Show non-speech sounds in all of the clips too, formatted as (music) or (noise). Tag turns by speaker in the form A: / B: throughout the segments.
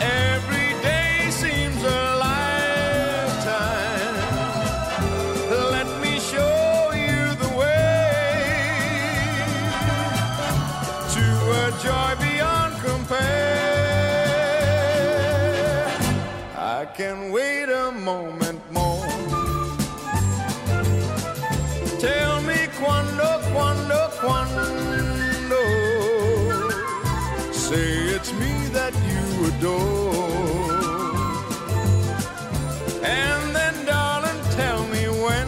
A: Every day seems a lifetime. Let me show you the way to a joy beyond compare. I can wait a moment more. Tell me quando, quando, quando. Say it's me that you adore. And then, darling, tell me when.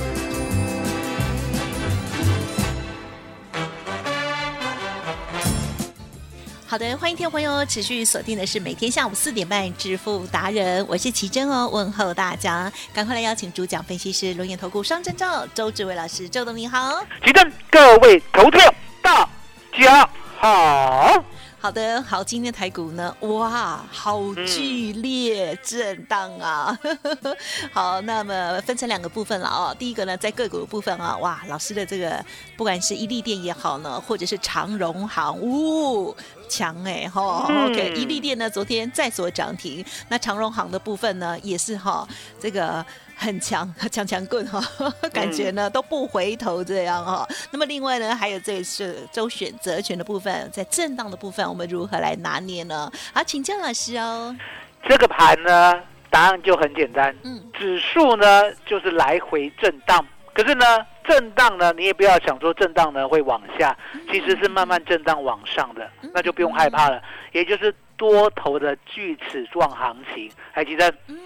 B: 好的，欢迎听众朋友持续锁定的是每天下午四点半《致富达人》，我是奇珍哦，问候大家，赶快来邀请主讲分析师轮眼投顾双证照周志伟老师，周董你好。
C: 集中各位投票，大家好。
B: 好的，好，今天台股呢，哇，好剧烈震荡啊！ (laughs) 好，那么分成两个部分了哦。第一个呢，在个股的部分啊，哇，老师的这个不管是伊利店也好呢，或者是长荣行，呜、强哎哈、
C: 嗯
B: o k 伊利店呢昨天再所涨停，那长荣行的部分呢也是哈、这个很强， (laughs) 强强棍哈、感
C: 嗯
B: 觉呢都不回头这样哈、那么另外呢，还有这是周选择权的部分，在震荡的部分，我们如何来拿捏呢？好，请教老师哦。
C: 这个盘呢，答案就很简单，
B: 嗯
C: 指数呢就是来回震荡，可是呢，震荡呢你也不要想说震荡呢会往下，其实是慢慢震荡往上的
B: 嗯，
C: 那就不用害怕了，也就是多头的锯齿状行情。还记得
B: 嗯，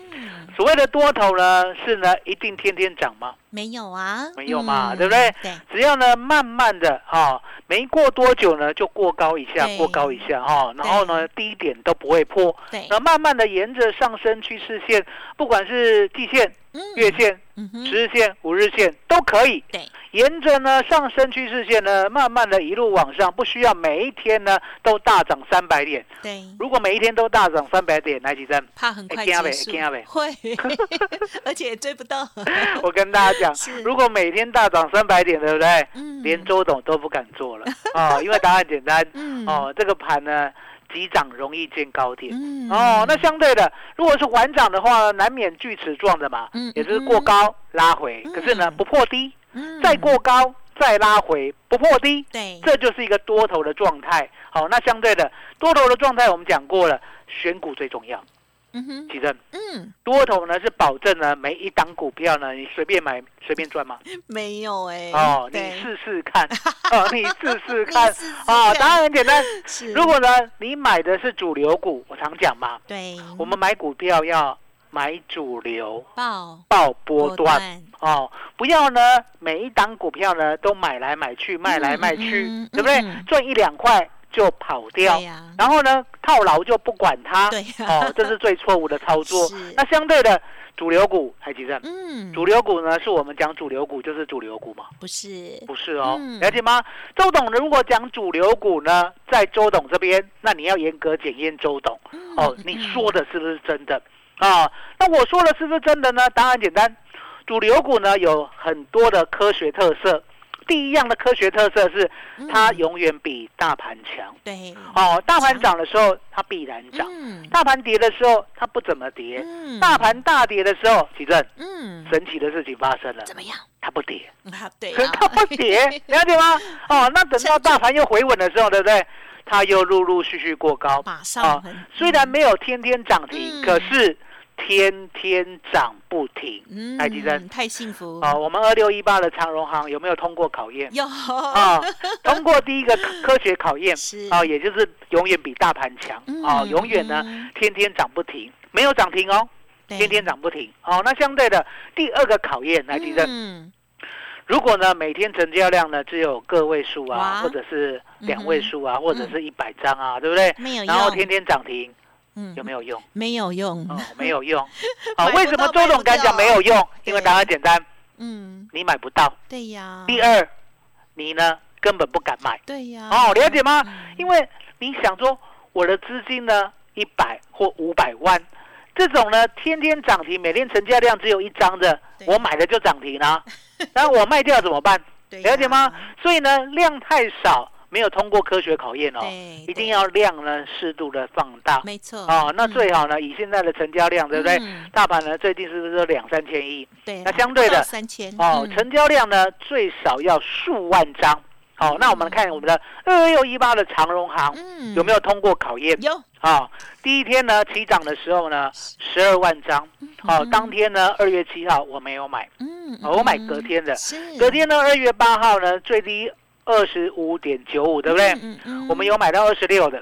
C: 所谓的多头呢，是呢一定天天涨吗？
B: 没有啊，
C: 没有嘛对不对？
B: 对，
C: 只要呢慢慢的哈、没过多久呢就过高一下
B: 对，
C: 过高一下哈、然后呢低点都不会破，
B: 对，
C: 那慢慢的沿着上升趋势线，不管是季线、
B: 嗯
C: 月，线、
B: 嗯哼，
C: 十日线、五日线都可以，
B: 对，
C: 沿着呢上升趋势线呢，慢慢的一路往上，不需要每一天呢都大涨三百点。
B: 对，？
C: 如果每一天都大涨三百点，来几针
B: (laughs) 怕很快
C: 会
B: 结
C: 怕呗
B: 束
C: 会怕呗，
B: 会， (laughs) 而且也追不
C: (laughs)
B: 到，嗯
C: 我跟大家
B: 是
C: 讲，如果每天大涨三百点，对不对？
B: 嗯
C: 连周董都不敢
B: (laughs)
C: 做了啊、因为答案简单
B: 嗯，
C: 哦，这个盘呢急涨容易见高点。
B: 嗯，
C: 哦，那相对的，如果是缓涨的话，难免锯齿状的嘛，
B: 嗯
C: 也就是过高拉回，
B: 嗯
C: 可是呢不破低，
B: 嗯
C: 再过高再拉回，不破低，
B: 对，
C: 这就是一个多头的状态。好、那相对的多头的状态，我们讲过了，选股最重要。
B: 嗯哼，
C: 其实
B: 嗯，
C: 多头呢是保证呢每一档股票呢你随便买随便赚吗？
B: 没有哎，
C: 哦，你
B: 对，
C: 试试
B: (laughs)
C: 看，哦，你试试看
B: 你试试，
C: 哦
B: 看，
C: 答案很简单。
B: 是，
C: 如果呢你买的是主流股，我常讲嘛，
B: 对，
C: 我们买股票要买主流，
B: 报
C: 爆波段，哦，不要呢每一档股票呢都买来买去，卖来卖去，
B: 嗯嗯嗯
C: 对不对？
B: 嗯
C: 赚一两块就跑掉，
B: 对呀，
C: 然后呢套牢就不管它，
B: 对呀
C: 哦，这是最错误的操
B: (laughs)
C: 作
B: 是。
C: 那相对的主流股，还记得？
B: 嗯，
C: 主流股呢，是我们讲主流股就是主流股嘛，
B: 不是，
C: 不是哦，
B: 嗯
C: 了解吗？周董如果讲主流股呢，在周董这边，那你要严格检验周董。
B: 嗯
C: 哦，你说的是不是真的啊？那我说的是不是真的呢？答案简单，主流股呢有很多的科学特色，第一样的科学特色是，
B: 嗯
C: 它永远比大盘强。
B: 对，
C: 哦，大盘涨的时候，它必然涨；
B: 嗯
C: 大盘跌的时候，它不怎么跌。
B: 嗯
C: 大盘大跌的时候，奇正，
B: 嗯
C: 神奇的事情发生了，
B: 怎么样？
C: 它不跌，
B: 啊，
C: (laughs)
B: 对
C: 可
B: 啊，
C: 它不跌，了解
B: (laughs)
C: 吗？哦，那等到大盘又回稳的时候，对不对？它又陆陆续续过高，哦
B: 马上很
C: 虽然没有天天涨停，
B: 嗯
C: 可是天天涨不停。
B: 嗯
C: 台积电
B: 太幸福
C: 啊，我们二六一八的长荣行有没有通过考验？
B: 有
C: 啊，通过第一个科科学考
B: (laughs)
C: 验
B: 是
C: 啊，也就是永远比大盘强啊，
B: 嗯
C: 永远呢
B: 嗯
C: 天天涨不停，没有涨停哦，
B: 对
C: 天天涨不停哦。那相对的第二个考验，来记得，
B: 嗯
C: 如果呢每天成交量呢只有个位数
B: 哇
C: 啊，或者是两位
B: 嗯哼
C: 数啊，或者是一百张啊，对不对？
B: 没有用，
C: 然后天天涨停，
B: 嗯
C: 有没有用？
B: 没有用，
C: 哦，没
B: (laughs)
C: 有用。
B: 嗯买
C: 啊，
B: 不
C: 为什么
B: 到
C: 周
B: 买
C: 董
B: 不
C: 敢讲
B: 掉啊
C: 没有用？因为
B: 对
C: 答案简单，
B: 嗯，
C: 你买不到。
B: 对呀，
C: 第二，你呢根本不敢买。
B: 对呀，
C: 哦，了解吗？
B: 嗯
C: 因为你想说我的资金呢一百或五百万，这种呢天天涨停，每天成交量只有一张的，
B: 对
C: 我买了就涨停
B: (laughs)
C: 啦、然后我卖掉怎么办？
B: 对呀
C: 了解吗？所以呢量太少，没有通过科学考验哦，
B: 对，
C: 一
B: 对
C: 定要量呢适度的放大。
B: 没错
C: 哦，那
B: 嗯
C: 最好呢，以现在的成交量，对不对？
B: 嗯
C: 大盘呢最近是不是都两三千亿？
B: 对啊，
C: 那相对的
B: 不到三千
C: 哦，
B: 嗯
C: 成交量呢最少要数万张。哦，那我们看我们的二六一八的长荣行
B: 嗯
C: 有没有通过考验
B: 有
C: 啊、哦？第一天呢起涨的时候呢，十二万张。哦，当天呢二月七号我没有买，
B: 嗯，
C: 哦我买
B: 嗯
C: 隔天的。
B: 是
C: 隔天呢二月八号呢最低二十五点九五，对不对？
B: 嗯嗯
C: 我们有买到二十六的。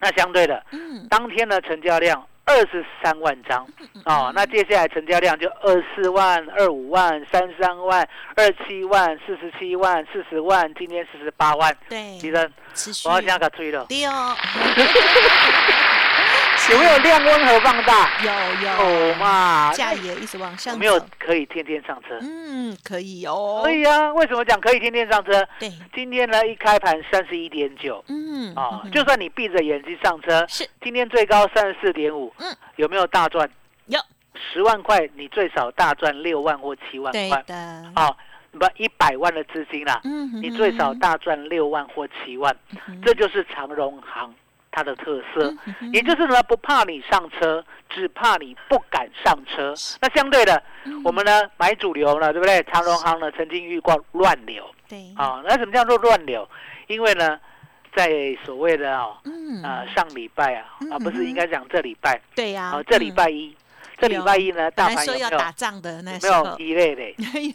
C: 那相对的，
B: 嗯
C: 当天的成交量二十三万张哦，那接下来成交量就二四万、二五万、三三万、二七万、四十七万、四十万，今天四十八万。
B: 对
C: 其实
B: 持续
C: 我要加个吹了，
B: (laughs) 对哦，
C: (laughs) 有没有量温和放大？
B: 有有
C: 有嘛？
B: 价也一直往上走，
C: 有没有可以天天上车？
B: 嗯，可以哦，
C: 可以啊，为什么讲可以天天上车？
B: 对，
C: 今天呢，一开盘三十一点九
B: 嗯
C: 啊
B: 嗯，
C: 就算你闭着眼睛上车，
B: 是
C: 今天最高三十四点五，
B: 嗯，
C: 有没有大赚？
B: 有，
C: 十万块你最少大赚六万或七万
B: 对
C: 块，
B: 的，
C: 好、不一百万的资金啦，
B: 嗯哼，
C: 你最少大赚六万或七万，
B: 嗯
C: 这就是长荣行它的特色。
B: 哼，嗯哼
C: 也就是呢，不怕你上车，只怕你不敢上车。那相对的，
B: 嗯
C: 我们呢买主流呢，对不对？长荣行呢曾经遇过乱流
B: 对，
C: 啊、那什么叫做乱流？因为呢，在所谓的哦，
B: 嗯
C: 呃上礼拜啊，啊不是应该讲这礼拜
B: 对呀嗯
C: 啊，这礼拜一，这礼拜一呢，大
B: 本来
C: 盘有
B: 说
C: 没有
B: 要打仗的那
C: 有
B: 时
C: 没有
B: 候，
C: 一类的？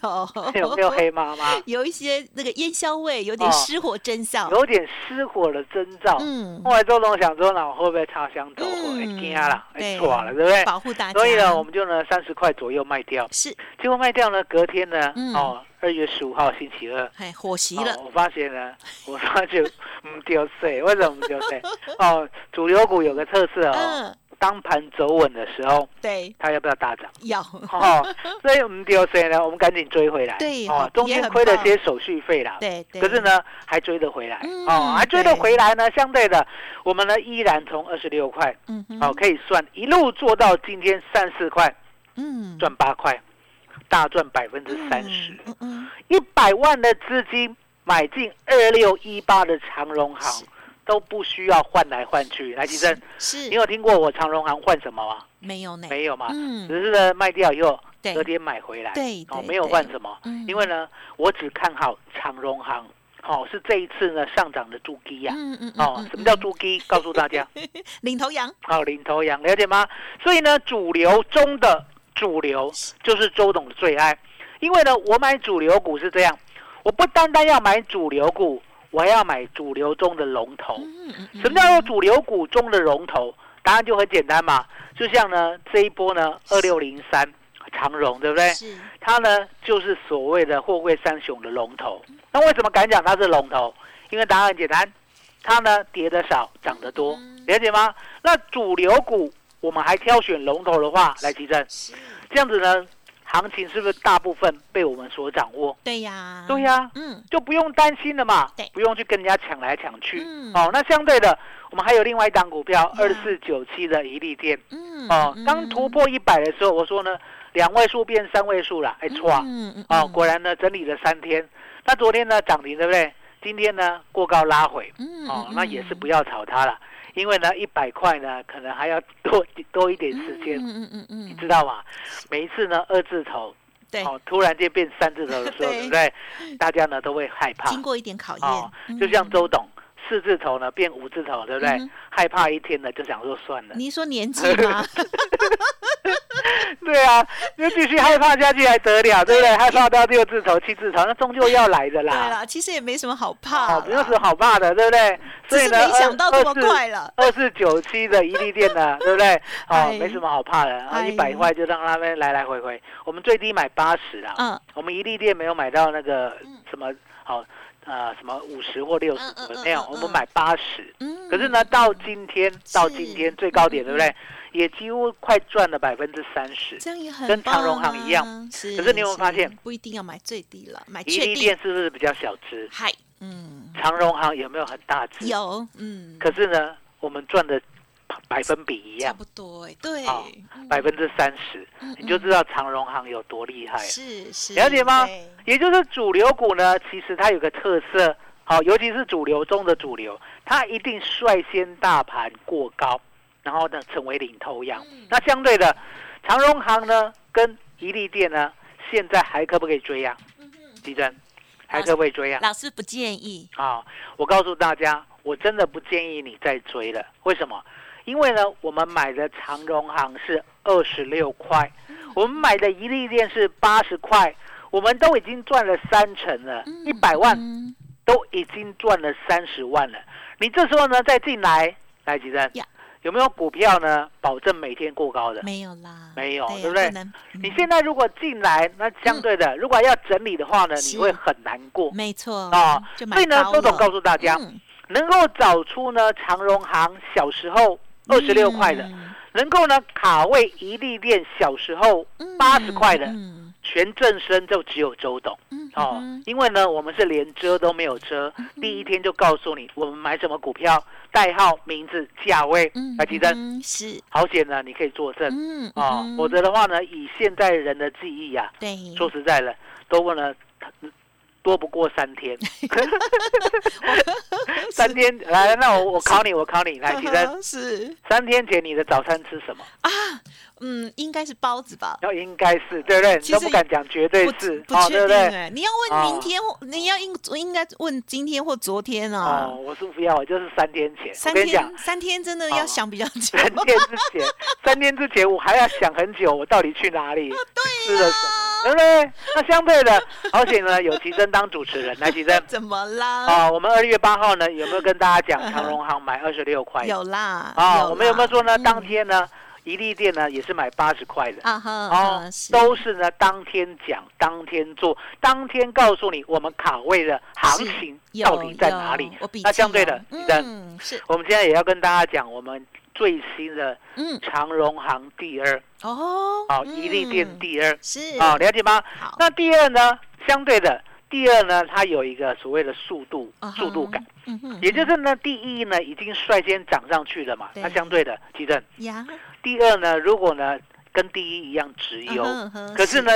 B: 有
C: (laughs) 有没有黑妈妈？
B: 有一些那个烟硝味，有点
C: 哦
B: 失火真相，
C: 有点失火的征兆。
B: 嗯，
C: 后来周董想说，那我会不会擦香走火？
B: 嗯
C: 会惊啦，
B: 对
C: 会错了，对不对？
B: 保护大家，
C: 所以呢，我们就呢三十块左右卖掉，
B: 是
C: 结果卖掉呢，隔天呢，
B: 嗯
C: 哦，二月十五号星期二，
B: 哎火急
C: 哦
B: 了，
C: 我发
B: (laughs)
C: 现呢，我发现唔丢税，为什么唔丢税？哦，主流股有个特色哦，
B: 嗯，
C: 当盘走稳的时候，
B: 对，
C: 它要不要大
B: (laughs)
C: 涨？
B: 要
C: 哦，所以唔丢税呢，我们赶紧追回来。
B: 对好
C: 哦，中
B: 也
C: 间
B: 很
C: 亏了
B: 棒
C: 些手续费啦。
B: 对对，
C: 可是，呢，还追得回来、
B: 嗯
C: 哦，还追
B: 对
C: 得回来呢。相对的，我们呢依然从二十六块
B: 嗯哼，
C: 哦，可以算一路做到今天三四块，
B: 嗯，
C: 赚八块，大赚百分之三十。
B: 嗯嗯，
C: 一百万的资金买进二六一八的长荣行，都不需要换来换去。来，吉生，
B: 是
C: 你有听过我长荣行换什么吗？
B: 没有呢？
C: 没有嘛，
B: 嗯
C: 只是呢卖掉以后
B: 对嗯
C: 隔天买回来，
B: 对
C: 哦
B: 对，
C: 没有
B: 对
C: 换什么
B: 嗯，
C: 因为呢，我只看好长荣行，哦，是这一次呢上涨的猪鸡呀。
B: 嗯嗯嗯
C: 哦
B: 嗯，
C: 什么叫
B: 嗯
C: 猪鸡？告诉大家，
B: 领头羊？
C: 哦，领头羊，了解吗？所以呢，主流中的主流就是周董的最爱，因为呢，我买主流股是这样，我不单单要买主流股，我还要买主流中的龙头。
B: 嗯嗯嗯
C: 什么叫做主流股中的龙头？答案就很简单嘛，就像呢这一波呢二六零三长荣，对不对？
B: 是
C: 它呢就是所谓的货柜三雄的龙头。那为什么敢讲它是龙头？因为答案很简单，它呢跌得少，涨得多，
B: 嗯
C: 了解吗？那主流股我们还挑选龙头的话来提振，
B: 是，
C: 这样子呢，行情是不是大部分被我们所掌握？
B: 对呀，
C: 对呀、
B: 嗯，
C: 就不用担心了嘛
B: 对，
C: 不用去跟人家抢来抢去。
B: 嗯
C: 哦，那相对的，我们还有另外一档股票二
B: 呀
C: 四九七的一利店
B: 嗯
C: 哦，
B: 嗯
C: 刚突破一百的时候，我说呢，两位数变三位数了，哎，错啊！
B: 嗯嗯
C: 哦，
B: 嗯
C: 果然呢，整理了三天，那昨天呢涨停，对不对？今天呢过高拉回，
B: 嗯
C: 哦，
B: 嗯
C: 那也是
B: 嗯
C: 不要炒它了，因为呢一百块呢可能还要多多一点时间，
B: 嗯嗯嗯
C: 你
B: 嗯，
C: 知道吗？每一次呢二字头，
B: 对，
C: 哦，突然间变三字头的时候，
B: (laughs) 对
C: 对不对？大家呢都会害怕
B: 嗯经，过一点考
C: 哦
B: 验，
C: 就像
B: 嗯
C: 周董四字头呢变五字头，对
B: 嗯
C: 不对
B: 哼？
C: 害怕一天呢就想说算了，
B: 嗯您说年纪吗？
C: (laughs) 啊对啊，就继续害怕下去还得了，对
B: (laughs)
C: 不对？害怕到六字头、七字头，那终究要来
B: (laughs)
C: 的
B: 对
C: 啦。
B: 了，其实也没什么好怕
C: 哦，
B: 啦，
C: 没有什么好怕的，对不对？
B: 只
C: 所以
B: 是
C: 呢，
B: 没想到这么快
C: 了。
B: 了。
C: 二四九七的一利店
B: (laughs)
C: 呢，对不对？哦
B: 哎，
C: 没什么好怕的，啊
B: 哎
C: 一百块就让他们来来回回。我们最低买八十啦，
B: 嗯，
C: 我们一利店没有买到那个
B: 嗯
C: 什么好呃什么五十或六十
B: 嗯嗯嗯，
C: 没有
B: 嗯，
C: 我
B: 嗯
C: 们买八十。
B: 嗯
C: 可是呢，到今天到今天最高点，对
B: 嗯
C: 不对？也几乎快赚了百分之三十。
B: 这样也很
C: 跟长
B: 棒
C: 荣行
B: 啊
C: 一样
B: 是。
C: 可是你有没有发现，
B: 不一定要买最低了，买
C: 一
B: 确
C: 利
B: 定
C: 店。是不是比较小只？
B: 嗨，嗯，
C: 长荣行有没有很大只？。
B: 有，嗯，
C: 可是呢，我们赚的百分比一
B: 差
C: 样，
B: 不多哎，对，
C: 哦
B: 嗯
C: 百分之三十，
B: 嗯
C: 你就
B: 嗯
C: 知道长荣行有多厉害了。
B: 是是
C: 了解吗
B: 对
C: 也就是主流股呢，其实它有个特色，好、尤其是主流中的主流，它一定率先大盘过高，然后呢成为领头羊。
B: 嗯
C: 那相对的，长荣行呢跟宜利店呢，现在还可不可以追呀、
B: 嗯哼
C: 地震还可不可以追呀、
B: 老师不建议，
C: 啊，我告诉大家，我真的不建议你再追了。为什么？因为呢，我们买的长荣行是二十六块，我们买的一利店是八十块，我们都已经赚了三成了，一百万
B: 嗯
C: 都已经赚了三十万了。你这时候呢再进来，来吉珍
B: 呀，嗯
C: 有没有股票呢？保证每天过高的？
B: 没有啦，
C: 没有
B: 啊
C: 对不对
B: 能
C: 你
B: 嗯
C: 现在如果进来，那相对的，如果要整理的话呢，
B: 是
C: 你会很难过。
B: 没错
C: 哦
B: 就买
C: 所以呢，
B: 高
C: 周董
B: 了
C: 告诉大家，
B: 嗯
C: 能够找出呢长荣行小时候二十六块的，
B: 嗯
C: 能够呢卡位一利店小时候
B: 嗯
C: 80块的
B: 嗯
C: 全正身就只有周董
B: 嗯
C: 哦，
B: 嗯
C: 因为呢我们是连遮都没有遮，第一天就告诉你我们买什么股票，代号、名字、价位
B: 嗯，
C: 来记得，
B: 嗯是，
C: 好险呢你可以作证
B: 嗯
C: 啊，
B: 嗯
C: 否则的话呢以现代人的记忆啊，
B: 对，
C: 说实在的，都问了。多不过三
B: (laughs)
C: 天， (laughs) 三天来，那我我考你，我考你，来，起
B: (laughs)
C: 身，
B: 是，
C: 三天前你的早餐吃什么？
B: 嗯，应该是包子吧。
C: 要应该是对不对？
B: 其实
C: 你都不敢讲绝对
B: 不
C: 是，哦
B: 不
C: 对
B: 确
C: 不
B: 定
C: 对？哦
B: 哎、你要问明天，或你要应应该问今天或昨天啊。
C: 哦，我是不要，我就是三天前。
B: 三
C: 我跟你
B: (laughs)
C: 讲
B: 天，，三天真的要
C: 哦
B: 想比较久。。
C: 三天之前，三天之前我还要想很久，我到底去哪里，吃了什么，对不对？那相对的，而且呢，有奇珍当主持人，来奇珍
B: (laughs) 怎么啦？
C: 哦，我们二月八号呢，有没有跟大家讲长荣行买二十六
B: (laughs)
C: 块？
B: 有啦。
C: 啊，
B: 啦
C: 我们有没有说呢？
B: 嗯
C: 当天呢，一利店呢也是买八十块的。
B: 啊哈
C: 哦
B: 啊，是
C: 都是呢，当天讲，当天做，当天告诉你我们卡位的行情
B: 有
C: 到底在哪里
B: 有我笔。
C: 那
B: 记
C: 相对
B: 有
C: 的，你的，
B: 嗯是
C: 我们现在也要跟大家讲我们最新的
B: 嗯
C: 长荣行第二，
B: 哦
C: 好，一利店
B: 嗯
C: 第二，
B: 是
C: 好，了解吗？
B: 好
C: 啊那第二呢，相对的，第二呢，它有一个所谓的速度
B: 啊哈
C: 速度感，
B: 嗯哼
C: 也就是呢，第一呢已经率先涨上去了嘛，
B: 对
C: 那相对的，记得
B: 呀
C: 第二呢，如果呢跟第一一样直
B: 嗯
C: 优。
B: 哼嗯哼
C: 可是呢，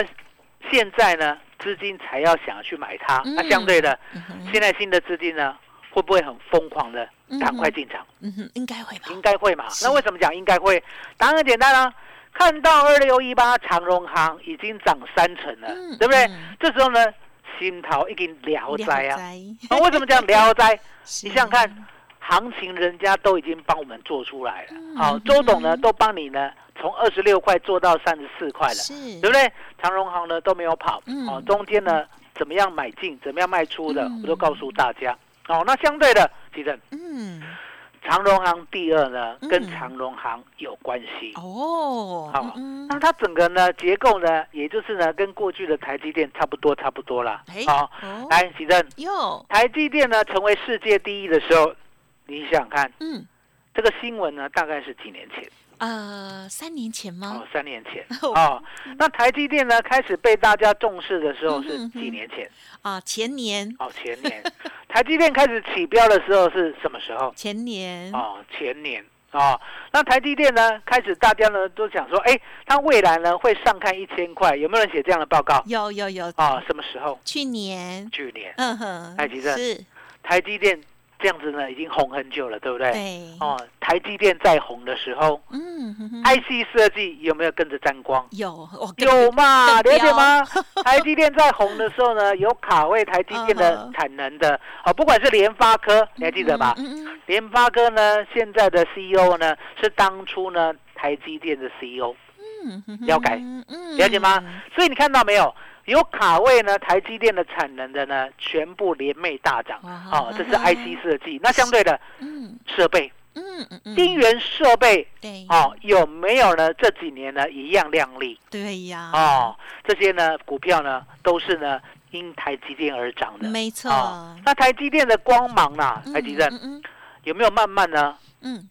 C: 现在呢，资金才要想去买它，那、
B: 嗯
C: 相对的，
B: 嗯哼
C: 现在新的资金呢，会不会很疯狂的
B: 嗯
C: 赶快进场？
B: 嗯哼应该会吧
C: 应该会嘛。
B: 是
C: 那为什么讲应该会？答案很简单啊，看到二六一八长荣行已经涨三成了，
B: 嗯
C: 呃对不对？
B: 嗯
C: 这时候呢，心头已经聊斋啊。
B: 聊斋
C: 那、为什么讲聊斋？
B: 是
C: 你想想看，行情人家都已经帮我们做出来了。
B: 嗯
C: 好、周董呢都帮你呢从二十六块做到三十四块了。
B: 是
C: 对不对？长荣行呢都没有跑，
B: 嗯
C: 哦，中间呢怎么样买进，怎么样卖出的，
B: 嗯
C: 我都告诉大家。哦，那相对的，其实
B: 嗯
C: 长荣行第二呢
B: 嗯
C: 跟长荣行有关系。
B: 哦
C: 好
B: 嗯
C: 那它整个呢结构呢，也就是呢跟过去的台积电差不多，差不多啦。
B: 哎
C: 好、
B: 哦
C: 来，启正，
B: 哟
C: 台积电呢成为世界第一的时候，你想想看，
B: 嗯
C: 这个新闻呢大概是几年前？
B: 呃三年前
C: 哦
B: 吗？，。
C: 三年前
B: 哦
C: 哦，那台积电呢开始被大家重视的时候
B: 嗯
C: 是
B: 哼
C: 几
B: 哼
C: 年前？
B: 啊前年
C: 哦，前年，台积电开始起标的时候是什么时候？
B: 前年
C: 哦，前年。啊、那台积电呢，开始大家呢都想说，哎，它未来呢会上看一千块，有没有人写这样的报告
D: 有有有，
C: 啊、什么时候？
D: 去年，
C: 去年
D: 嗯哼，
C: 哎其实
D: 是，
C: 台积电这样子呢，已经红很久了，对不对？
D: 对，
C: 哦，哎台积电在红的时候、
D: 嗯哼哼
C: i c 设计有没有跟着沾光？
D: 有，我跟
C: 有嘛，
D: 跟
C: 了
D: 标
C: 解吗？台积电在红的时候呢，有卡位台积
D: 嗯
C: 电的
D: 哼
C: 产能的，哦，不管是联发科，你还记得吧？
D: 嗯嗯
C: 联发科呢，现在的 CEO 呢是当初呢台积电的 CEO，
D: 嗯哼哼
C: 了解
D: 嗯
C: 了解吗？所以你看到没有？有卡位呢，台积电的产能的呢，全部联袂大涨。
D: 哇
C: 哦，这是
D: 嗯哼
C: IC 设计。那相对的
D: 嗯
C: 设备，
D: 嗯嗯嗯，
C: 晶圆设备
D: 对，
C: 哦，有没有呢？这几年呢一样亮丽
D: 对呀，
C: 哦。这些呢股票呢都是呢因台积电而涨的。
D: 没错，
C: 哦那台积电的光芒啦、
D: 嗯
C: 台积电
D: 嗯嗯
C: 有没有慢慢呢
D: 嗯，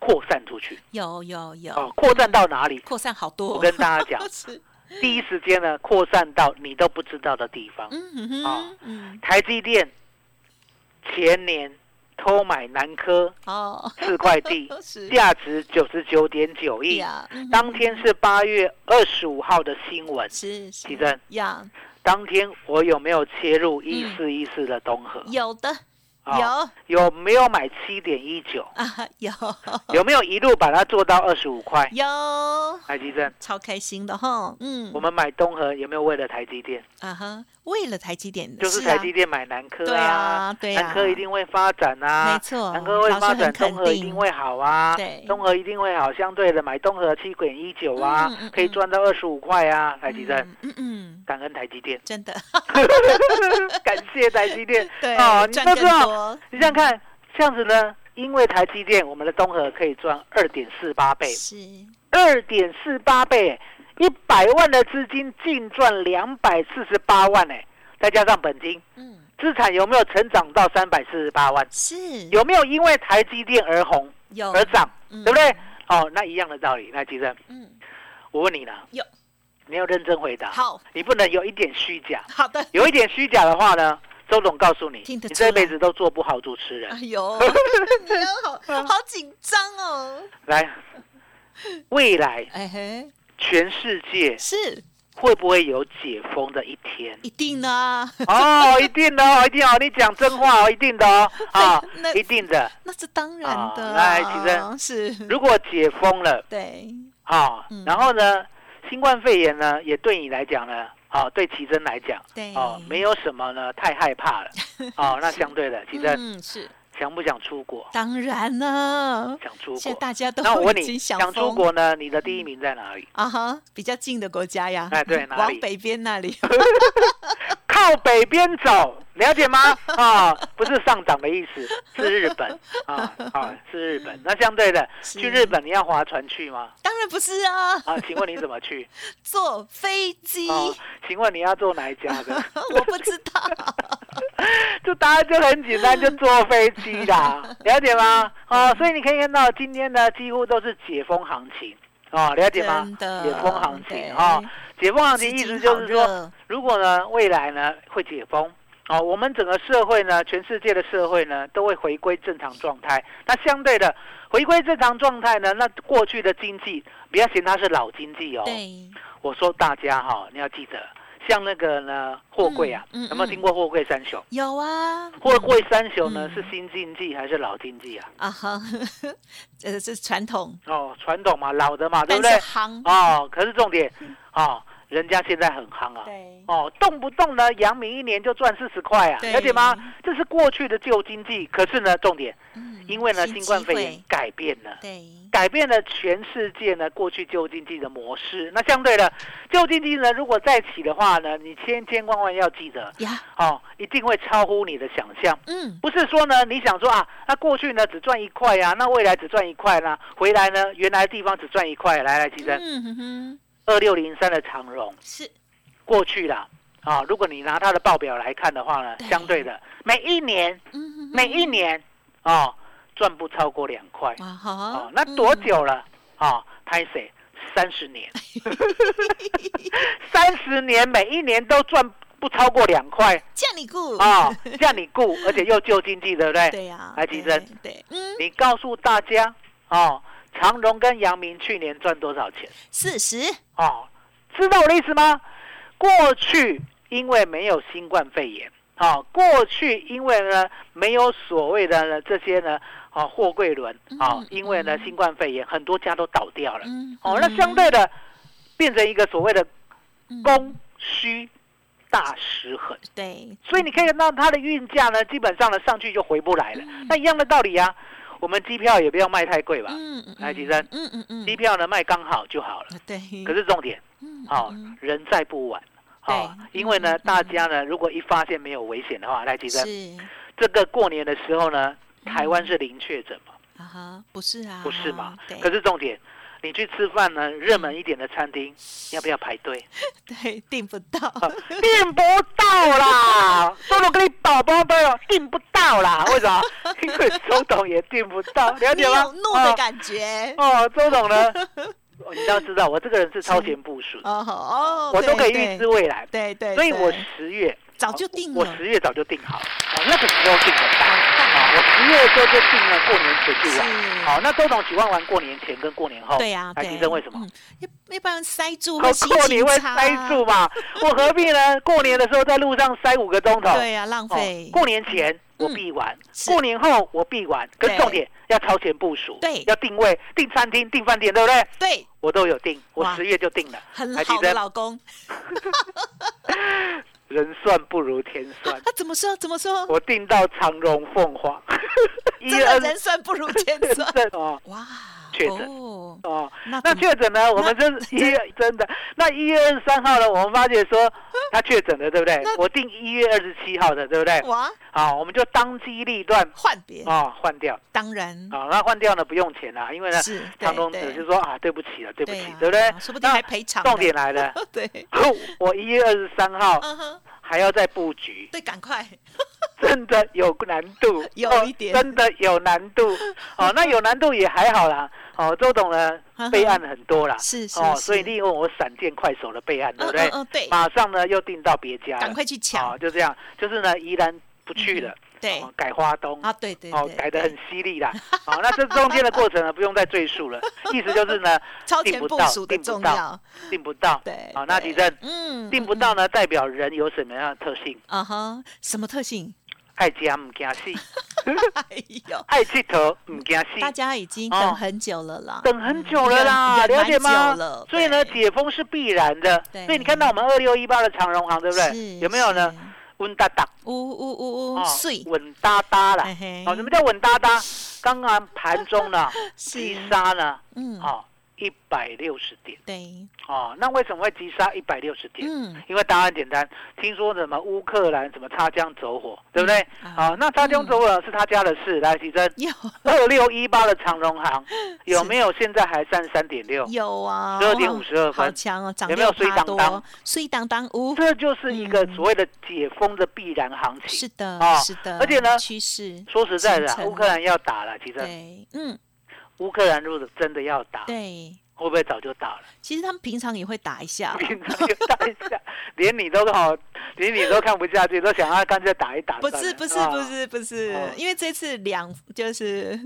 C: 扩散出去？
D: 有有有，
C: 哦，扩散到哪里？
D: 扩散好多，，
C: 我跟大家讲
D: (laughs) 是，
C: 第一时间呢扩散到你都不知道的地方。
D: 嗯哼哼
C: 哦，
D: 嗯，
C: 台积电前年偷买南科
D: 哦，
C: 四块
D: (laughs)
C: 地，
D: 是
C: 价值九十九点九亿。
D: 呀，嗯哼
C: 当天是八月二十五号的新闻。
D: 是是
C: 奇珍，
D: 呀，
C: 当天我有没有切入一四一四的东河？
D: 有的
C: 哦
D: 嗯有
C: 有没有买七点一九？
D: 啊有
C: 有没有一路把它做到二十五块？
D: 有，
C: 台积电，
D: 超开心的哈，嗯，
C: 我们买东河有没有为了台积电？
D: 啊哈，为了台积电，
C: 就是
D: 啊
C: 台积电买南科
D: 对啊对啊
C: 南科一定会发展啊，
D: 没错
C: 南科会发
D: 老师很
C: 展，
D: 肯
C: 东河一定会好啊，
D: 对
C: 东河一定会好。相对的，买东河七点一九啊
D: 嗯嗯嗯，
C: 可以赚到二十五块啊，台积电。
D: 嗯嗯嗯，，
C: 感恩台积电 (laughs)
D: 真的，
C: 感谢台积电。
D: (laughs) 对，
C: 哦，你
D: 赚
C: 都
D: 更
C: 知道，
D: 多，
C: 你想想看，这样子呢，因为台积电，我们的东河可以赚二点四八倍，
D: 是，
C: 二点四八倍，一百万的资金净赚两百四十八万呢、再加上本金，
D: 嗯，
C: 资产有没有成长到三百四十八万？
D: 是
C: 有没有因为台积电而红
D: 有
C: 而涨，
D: 嗯
C: 对不对？哦，那一样的道理。那其实
D: 嗯，
C: 我问你呢，
D: 有
C: 你要认真回答，
D: 好
C: 你不能有一点虚假。
D: 好的，
C: 有一点虚假的话呢，周董告诉你，
D: 听
C: 你
D: 得出来
C: 这辈子都做不好主持人。
D: 哎
C: (laughs)
D: 呦，你
C: 嗯
D: 好好紧张哦，
C: 来，未来
D: 哎嘿，
C: 全世界
D: 是
C: 会不会有解封的一
D: (laughs)
C: 天？
D: 一定的啊，
C: 哦，一定的哦，一定哦，你讲真话哦，一定的哦，
D: (laughs)
C: 啊
D: 那，
C: 一定的。
D: 那是当然的啊，
C: 哦来启正
D: 是，
C: 如果解封了，
D: 对，
C: 啊
D: 嗯，
C: 然后呢，新冠肺炎呢，也对你来讲呢，啊，对奇珍来讲，
D: 对
C: 哦，没有什么呢，太
D: (laughs)
C: 害怕了，哦，那相对的，奇珍
D: 嗯，是
C: 想不想出国？
D: 当然了，
C: 想出
D: 现在
C: 国。
D: 大家都
C: 那我问
D: 已经
C: 你，
D: 想
C: 想出
D: 疯
C: 国呢？你的第一名在哪里？
D: 啊哈，比较近的国家呀，
C: 哎对哪
D: 往
C: 里
D: 北边那里， (laughs)
C: 靠北边走，了
D: (laughs)
C: 解吗？啊，不是上涨的意思，是日本啊啊，是日本。那相对的，
D: 嗯是
C: 去日本你要划船去吗？
D: 当然不是啊，
C: 啊，请问你怎
D: (laughs)
C: 么去？
D: 坐飞机，
C: 啊，请问你要坐哪一家的？
D: (laughs) 我不知道，
C: (laughs) 就答案就很简单，就坐飞机
D: (laughs)
C: 啦，了解吗？哦，所以你可以看到今天呢，几乎都是解封行情，哦，了解吗
D: 真？的
C: 解封行
D: 对
C: 情哦，解封行情
D: 资
C: 意
D: 金
C: 思
D: 好
C: 就是说
D: 热，
C: 如果呢未来呢会解封。哦，我们整个社会呢，全世界的社会呢，都会回归正常状态。那相对的，回归正常状态呢，那过去的经济，不要嫌它是老经济哦。
D: 对，
C: 我说大家哈、你要记得，像那个呢，货柜啊，
D: 嗯嗯
C: 有没
D: 嗯
C: 有听过货柜三雄？
D: 有啊，
C: 货柜三雄呢
D: 嗯
C: 是新经济还是老经济啊？
D: 啊哈， (laughs) 呃，这是传统，
C: 哦，传统嘛，老的嘛，
D: 但
C: 对不
D: 是
C: 对？
D: 夯，
C: 哦，可是重点，哦，人家现在很夯啊。
D: 对，
C: 哦，动不动呢，阳明一年就赚四十块啊，
D: 对
C: 了解吗？这是过去的旧经济，可是呢，重点，
D: 嗯
C: 因为呢，
D: 新
C: 新冠
D: 机
C: 肺炎
D: 会
C: 改变了。
D: 对，
C: 改变了全世界呢过去旧经济的模式，那相对的旧经济呢，如果再起的话呢，你千千万万要记得
D: 呀，
C: 哦，一定会超乎你的想象。
D: 嗯，
C: 不是说呢，你想说啊，那过去呢只赚一块呀、那未来只赚一块啦、回来呢原来地方只赚一块。来来，其实
D: 嗯哼哼，
C: 二六零三的长荣
D: 是
C: 过去啦，啊，如果你拿它的报表来看的话呢
D: 对，
C: 相对的每一年
D: 嗯哼哼
C: 每一年啊赚不超过两块
D: 哇哈、
C: 啊，那多
D: 嗯
C: 久了啊？拍谁？三
D: (laughs)
C: 十年，三十年每一年都赚不超过两块
D: 这样你顾
C: 啊，
D: (laughs)
C: 这样你顾，而且又救经济，对不对？
D: 对呀、
C: 来
D: 对
C: (laughs) 吉珍
D: 对，嗯，
C: 你告诉大家哦，长荣跟阳明去年赚多少钱？
D: 四十，
C: 哦，知道我的意思吗？过去因为没有新冠肺炎，哦，过去因为呢没有所谓的呢这些呢，哦，货柜轮，哦
D: 嗯，
C: 因为呢新冠肺炎很多家都倒掉了，
D: 嗯，
C: 哦，那相对的变成一个所谓的
D: 嗯
C: 供需大失衡，
D: 对，
C: 所以你可以看到它的运价呢，基本上呢上去就回不来了。那一样的道理啊，我们机票也不要卖太贵吧，
D: 嗯嗯，
C: 来吉珍
D: 嗯嗯嗯，
C: 机票呢卖刚好就好了。
D: 对，
C: 可是重哦点。
D: 嗯
C: 好、
D: 嗯
C: 人在不晚。好、
D: 对
C: 因为
D: 嗯
C: 呢
D: 嗯，
C: 大家呢，如果一发现没有危险的话，来，其实
D: 是嗯
C: 这个过年的时候呢，台湾是零确诊嘛，
D: 啊哈，不是啊，
C: 不是嘛？
D: 对，嗯
C: 可是重点，你去吃饭呢，热门一点的餐厅，要不要排队？
D: 对订不到，
C: 哦订不到
D: (laughs)
C: 啦，周董跟你宝宝朋友订不到啦，为什么？因为周董也订不到，了
D: 你
C: 解吗？
D: 有怒的感觉，
C: 哦哦，周
D: (laughs)
C: 董呢，哦你要知道，我这个人是超前部署的，
D: 哦哦，
C: 我都可以
D: 对
C: 预知，未来，
D: 对对，
C: 所以我
D: 对
C: 十月。
D: 早就定了，
C: 我十月早就定好了，啊，那个时候定的大，啊，我十月的时候就定了过年前去玩。
D: 是
C: 好，那周董喜欢玩过年前跟过年后，
D: 对呀，
C: 来
D: 对
C: 竞争为什么？
D: 嗯？要要不然塞住
C: 扣
D: 会心
C: 扣你
D: 情
C: 会
D: 差，啊
C: 塞住，哦嘛？我何必呢？过年的时候在路上塞五个钟头，
D: 对呀，啊浪
C: 哦
D: 费，嗯
C: 过年前我必玩，
D: 是
C: 过年后我必玩，可是
D: 对
C: 重点要超前部署，
D: 对
C: 要定位、订餐厅、订饭店，对不对？
D: 对，
C: 我都有定，我
D: 哇
C: 十月就定了。
D: 很好
C: 来竞
D: 的
C: 争
D: 老公，
C: 人算不如天
D: (laughs)
C: 算，
D: 他啊怎么说？怎么说？
C: 我定到长荣凤凰，
D: (laughs)
C: 一，
D: 真的人算不如天算
C: (laughs) 真的哦
D: 哇，
C: 确诊
D: 哦，
C: 哦，
D: (laughs) 那怎
C: 那
D: 么
C: 确诊呢？我们
D: (laughs)
C: 真一
D: 真
C: 月真的，那一月二十三号呢？我们发觉说
D: (laughs)
C: 他确诊了，对不对
D: 那？
C: 我定一月二十七号的，对不对？
D: 哇，
C: 好，我们就当机立断
D: 换别，
C: 啊，换掉
D: 当然
C: 啊，那换掉呢不用钱啦，因为呢，
D: 嗯是，
C: 长
D: 对
C: 隆
D: 对
C: 只是说啊，对不起了，对不
D: 对
C: 起
D: 呀，啊
C: 对不对？
D: 说不定还赔偿
C: 那
D: 呢
C: 重点
D: (laughs)
C: 来了， (laughs)
D: 对，
C: 我一月二十三号
D: 嗯哼，
C: 还要再布局，
D: 对，赶快，
C: 真的有难度
D: (laughs) ，有
C: 哦
D: 一点
C: 真的有难
D: (laughs)
C: 度。哦，那有难度也还好啦。哦，周董呢备案很多啦，
D: 嗯是是
C: 哦，
D: 是
C: 所以利用我闪电快手的备案，对
D: 嗯嗯
C: 不对？
D: 嗯，对，
C: 马上呢又订到别家了，
D: 赶快去
C: 哦
D: 抢，，嗯
C: 就这样，就是呢宜兰不去了，
D: 对
C: 哦，改花东。
D: 啊，对对
C: 哦，
D: 对，
C: 改的
D: 对
C: 很犀利啦！哦，那这中间的过程呢，不用再赘述了。意思就是呢，
D: (laughs) 超
C: 订
D: 前
C: 不
D: 部
C: 到
D: 署的
C: 订不
D: 重
C: 到
D: 要，
C: 订不到。
D: 对，
C: 好，那
D: 对
C: 其实
D: 嗯，
C: 订不
D: 嗯
C: 到呢，代表人有什么样的特性？
D: 啊哈，什么特
C: (laughs)
D: 性？
C: 爱家唔惊死，
D: 哎呦，
C: 爱佚佗唔惊死。
D: 大家已经
C: 哦
D: 等很久了啦，
C: 等很久了啦，
D: 嗯忍
C: 了解
D: 蛮
C: 吗
D: 久了？
C: 所以呢，
D: 对
C: 解封是必然的。
D: 对
C: 所以你看到我们二六一八的长荣行，对不
D: 是
C: 对？有没有呢
D: 是？
C: 稳哒哒
D: 呜呜呜
C: 哦
D: 呜，碎，
C: 稳哒哒啦
D: 嘿嘿。
C: 哦，什么叫稳哒哒？刚刚盘中呢，
D: (laughs) 是
C: 急杀呢，
D: 嗯，
C: 哦，一百六十点。
D: 对，
C: 哦，那为什么会急杀一百六十点？
D: 嗯，
C: 因为答案简单，听说什么乌克兰什么擦枪走火，对不对？
D: 嗯啊
C: 好，那擦枪走火是他家的事。来，奇珍，
D: 有
C: 二六一八的长荣
D: (laughs)
C: 行有没有现在还三三点六？
D: 有啊，
C: 12点
D: 哇
C: 52分
D: 好强哦，涨
C: 有没有
D: 6%
C: 水当
D: 多
C: 当？
D: 水当当，呜，
C: 这就是一个
D: 嗯
C: 所谓的解封的必然行情。
D: 是的
C: 哦，
D: 是的，
C: 而且呢
D: 趋势，
C: 说实在的
D: 形
C: 啊，
D: 成
C: 乌克兰要打了，其实
D: 对，嗯，
C: 乌克兰如果真的要打，会
D: 对，
C: 不会早就打了？
D: 其实他们平常也会打一
C: (laughs)
D: 下，
C: 平常就打一下，连你都好，连你都看不下去，都想要干脆打一打
D: 不
C: 算了。
D: 是不是
C: 啊
D: 不，是不是
C: 哦，
D: 因为这次两就是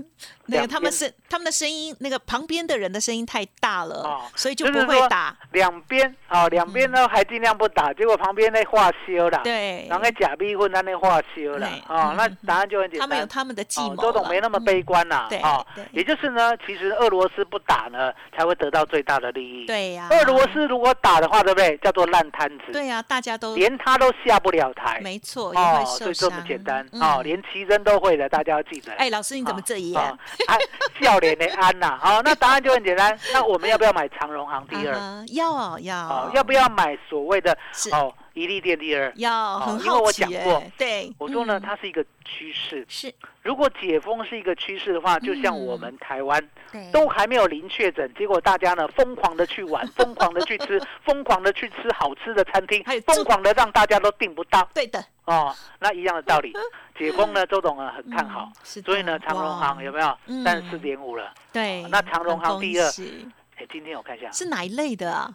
D: 那
C: 两
D: 个
C: 边
D: 他们声他们的声音，那个旁边的人的声音太大了
C: 哦，
D: 所以就
C: 就
D: 不
C: 是
D: 会
C: 说啊
D: 打。
C: 两边哦，两边呢还尽量不打，结果旁边那话休了，，
D: 对，
C: 然后那假逼混他那话休了
D: 对，
C: 哦
D: 嗯，
C: 那
D: 嗯
C: 答案就很简
D: 他
C: 单。
D: 们有他们的计谋
C: 哦
D: 了。
C: 周董没那么悲观呐、
D: 对
C: 哦
D: 对，
C: 也就是呢，其实俄罗斯不打呢，才会得到最大的利
D: 嗯。
C: 益。
D: 对呀，
C: 俄罗斯如果打的话，对不对？叫做烂摊子，
D: 对呀，大家都
C: 连他都下不了台。
D: 没错，也
C: 哦
D: 会，
C: 所
D: 受
C: 以这
D: 伤。
C: 么简单
D: 嗯
C: 哦，连啊奇珍都会的，大家要记得。
D: 哎，老师你
C: 你
D: 怎么这样？？
C: 安笑脸的
D: (laughs)
C: 安呐，好，那答案就很简单。那我们要不要买长荣行第二？
D: 啊哈要哦
C: 哦
D: 要，
C: 要不要买所谓的
D: 是
C: 哦一利店第二？
D: 要
C: 哦
D: 很
C: 因为
D: 好
C: 我
D: 奇
C: 讲
D: 耶
C: 过
D: 对，
C: 我说呢，
D: 嗯
C: 它是一个趋势。
D: 是嗯
C: 如果解封是一个趋势的话，就像我们台湾
D: 对
C: 都还没有零确诊，结果大家呢疯狂的去
D: (laughs)
C: 玩，疯狂的去吃，疯狂的去吃好吃的餐厅
D: 还有，住
C: 疯狂的让大家都订不到
D: 嗯对的，
C: 哦。那一样的道理，解封呢，周董啊很看好，
D: 嗯是的
C: 所以呢，长荣
D: 哇
C: 行有没有
D: 嗯
C: 三十四点五了？
D: 对。
C: 那长荣
D: 很
C: 行
D: 恭
C: 第二
D: 喜
C: 哎，今天我看一下，
D: 是哪一类的啊？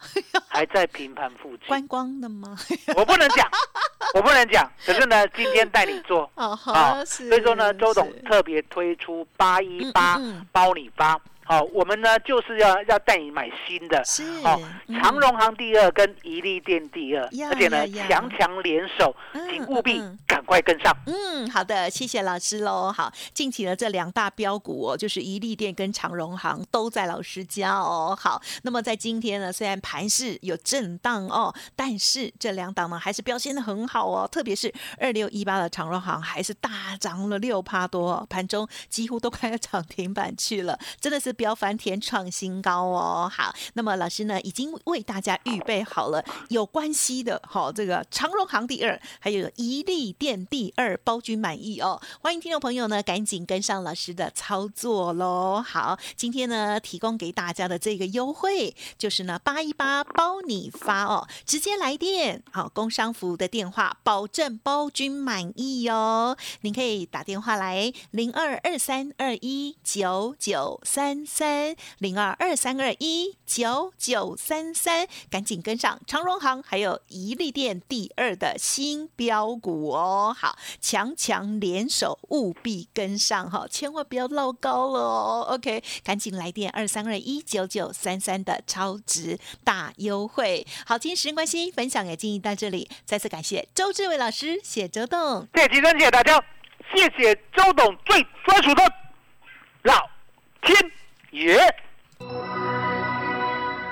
C: 还在平盘附近，
D: 观光的吗？
C: 我不能
D: (laughs)
C: 讲，我不能讲。可是呢，今天带你做。
D: 哦，
C: 啊
D: (laughs) 好，是。
C: 所以说呢，周董
D: 是
C: 特别推出八一八
D: 嗯嗯嗯
C: 包你发好、我们呢就是要要带你买新的。
D: 是
C: 哦
D: 嗯
C: 长荣行第二，跟宜利店第二
D: 呀，
C: 而且呢
D: 呀呀
C: 强强联手，
D: 嗯
C: 请务必
D: 嗯嗯
C: 赶快跟上。
D: 嗯，好的，谢谢老师喽。好，近期的这两大标股哦，就是宜利店跟长荣行都在老师家哦。好，那么在今天呢，虽然盘势有震荡哦，但是这两档呢还是表现的很好哦。特别是二六一八的长荣行还是大涨了六趴多哦，盘中几乎都快要涨停板去了，真的是飙翻天创新高哦。好，那么老师呢已经为大家预备好了有关系的，好、这个长荣行第二，还有宜利店第二，包君满意哦。欢迎听众朋友呢，赶紧跟上老师的操作喽。好，今天呢提供给大家的这个优惠就是呢八一八包你发哦，直接来电，好、工商服务的电话，保证包君满意哦。您可以打电话来零二二三二一九九三三零二二三二一九九三三，赶紧跟上长荣行还有宜利店第二的新标股哦。好，强强联手，务必跟上哈，千万不要落高了哦。OK，赶紧来电二三二一九九三三的超值大优惠。好，今天时间关系，分享也进行到这里，再次感谢周志伟老师，谢谢周董。
C: 谢谢吉珍姐，大家谢谢周董最专属的老天爷。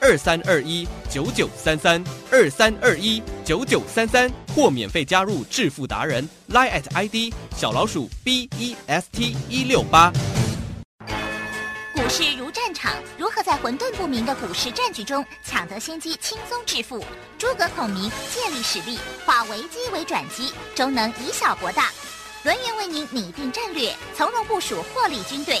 E: 二三二一九九三三二三二一九九三三，或免费加入致富达人 Line at ID 小老鼠 B E S T 一六八。
F: 股市如战场，如何在混沌不明的股市战局中抢得先机，轻松致富？诸葛孔明借力使力，化危机为转机，终能以小博大。轮源为您拟定战略，从容部署获利军队，